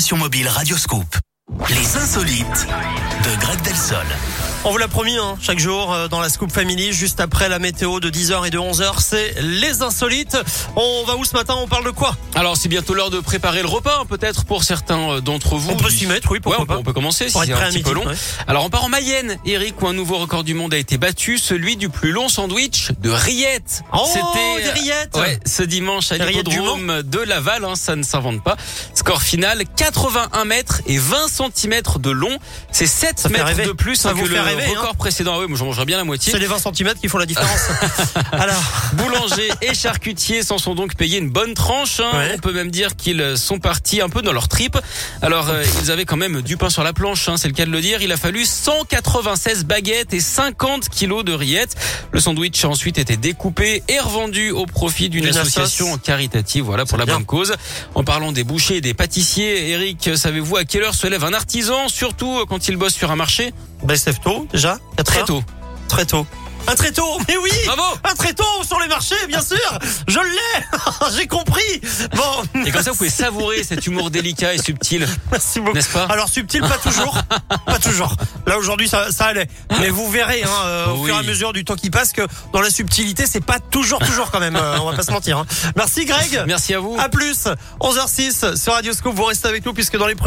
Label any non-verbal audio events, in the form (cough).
l'application mobile Radioscope. Les insolites de Greg Delsol. On vous l'a promis, hein, chaque jour euh, dans la Scoop Family, juste après la météo de 10h et de 11h, c'est les insolites. On va où ce matin On parle de quoi Alors c'est bientôt l'heure de préparer le repas, hein, peut-être pour certains euh, d'entre vous. On peut Puis- s'y mettre, oui, Ouais, pourquoi on peut, on pas peut commencer Pour si être c'est un prêt à petit peu midi, long. ouais. Alors on part en Mayenne, Eric, où un nouveau record du monde a été battu, celui du plus long sandwich de rillettes. Oh, C'était euh, des rillettes ouais, ce dimanche à Des rillettes du l'hippodrome de Laval, hein, ça ne s'invente pas. Score final 81 mètres et 20 cm de long. C'est 7 Ça fait mètres rêver. de plus Ça hein, vous que fait le rêver, hein. record précédent. Ah oui, moi j'en mangerais bien la moitié. C'est les 20 cm qui font la (laughs) différence. Alors, Boulangers et charcutiers s'en sont donc payés une bonne tranche. hein. Ouais. On peut même dire qu'ils sont partis un peu dans leur trip. Alors, euh, ils avaient quand même du pain sur la planche, hein, c'est le cas de le dire. Il a fallu 196 baguettes et 50 kilos de rillettes. Le sandwich a ensuite été découpé et revendu au profit d'une Une association assoce. caritative, voilà, pour la bien. bonne cause. En parlant des bouchers et des pâtissiers, Eric, savez-vous à quelle heure se lève un artisan, surtout euh, quand il bosse sur un marché bah, se lève tôt déjà. quatre Très heures. tôt. Ah. Très tôt. Un très tôt, mais oui Bravo (laughs) Un très tôt sur les marchés, bien sûr Je l'ai (laughs) J'ai compris Bon, Et comme ça, vous pouvez savourer cet humour délicat et subtil, (laughs) merci beaucoup. n'est-ce pas (laughs) Alors subtil, pas toujours, pas toujours. Là aujourd'hui, ça, ça allait. Mais vous verrez hein, euh, au Oui. fur et à mesure du temps qui passe que dans la subtilité, c'est pas toujours, toujours quand même. euh, on va pas se mentir. hein. Merci Greg. Merci à vous. À plus. 11h06 sur Radio Scoop. Vous restez avec nous puisque dans les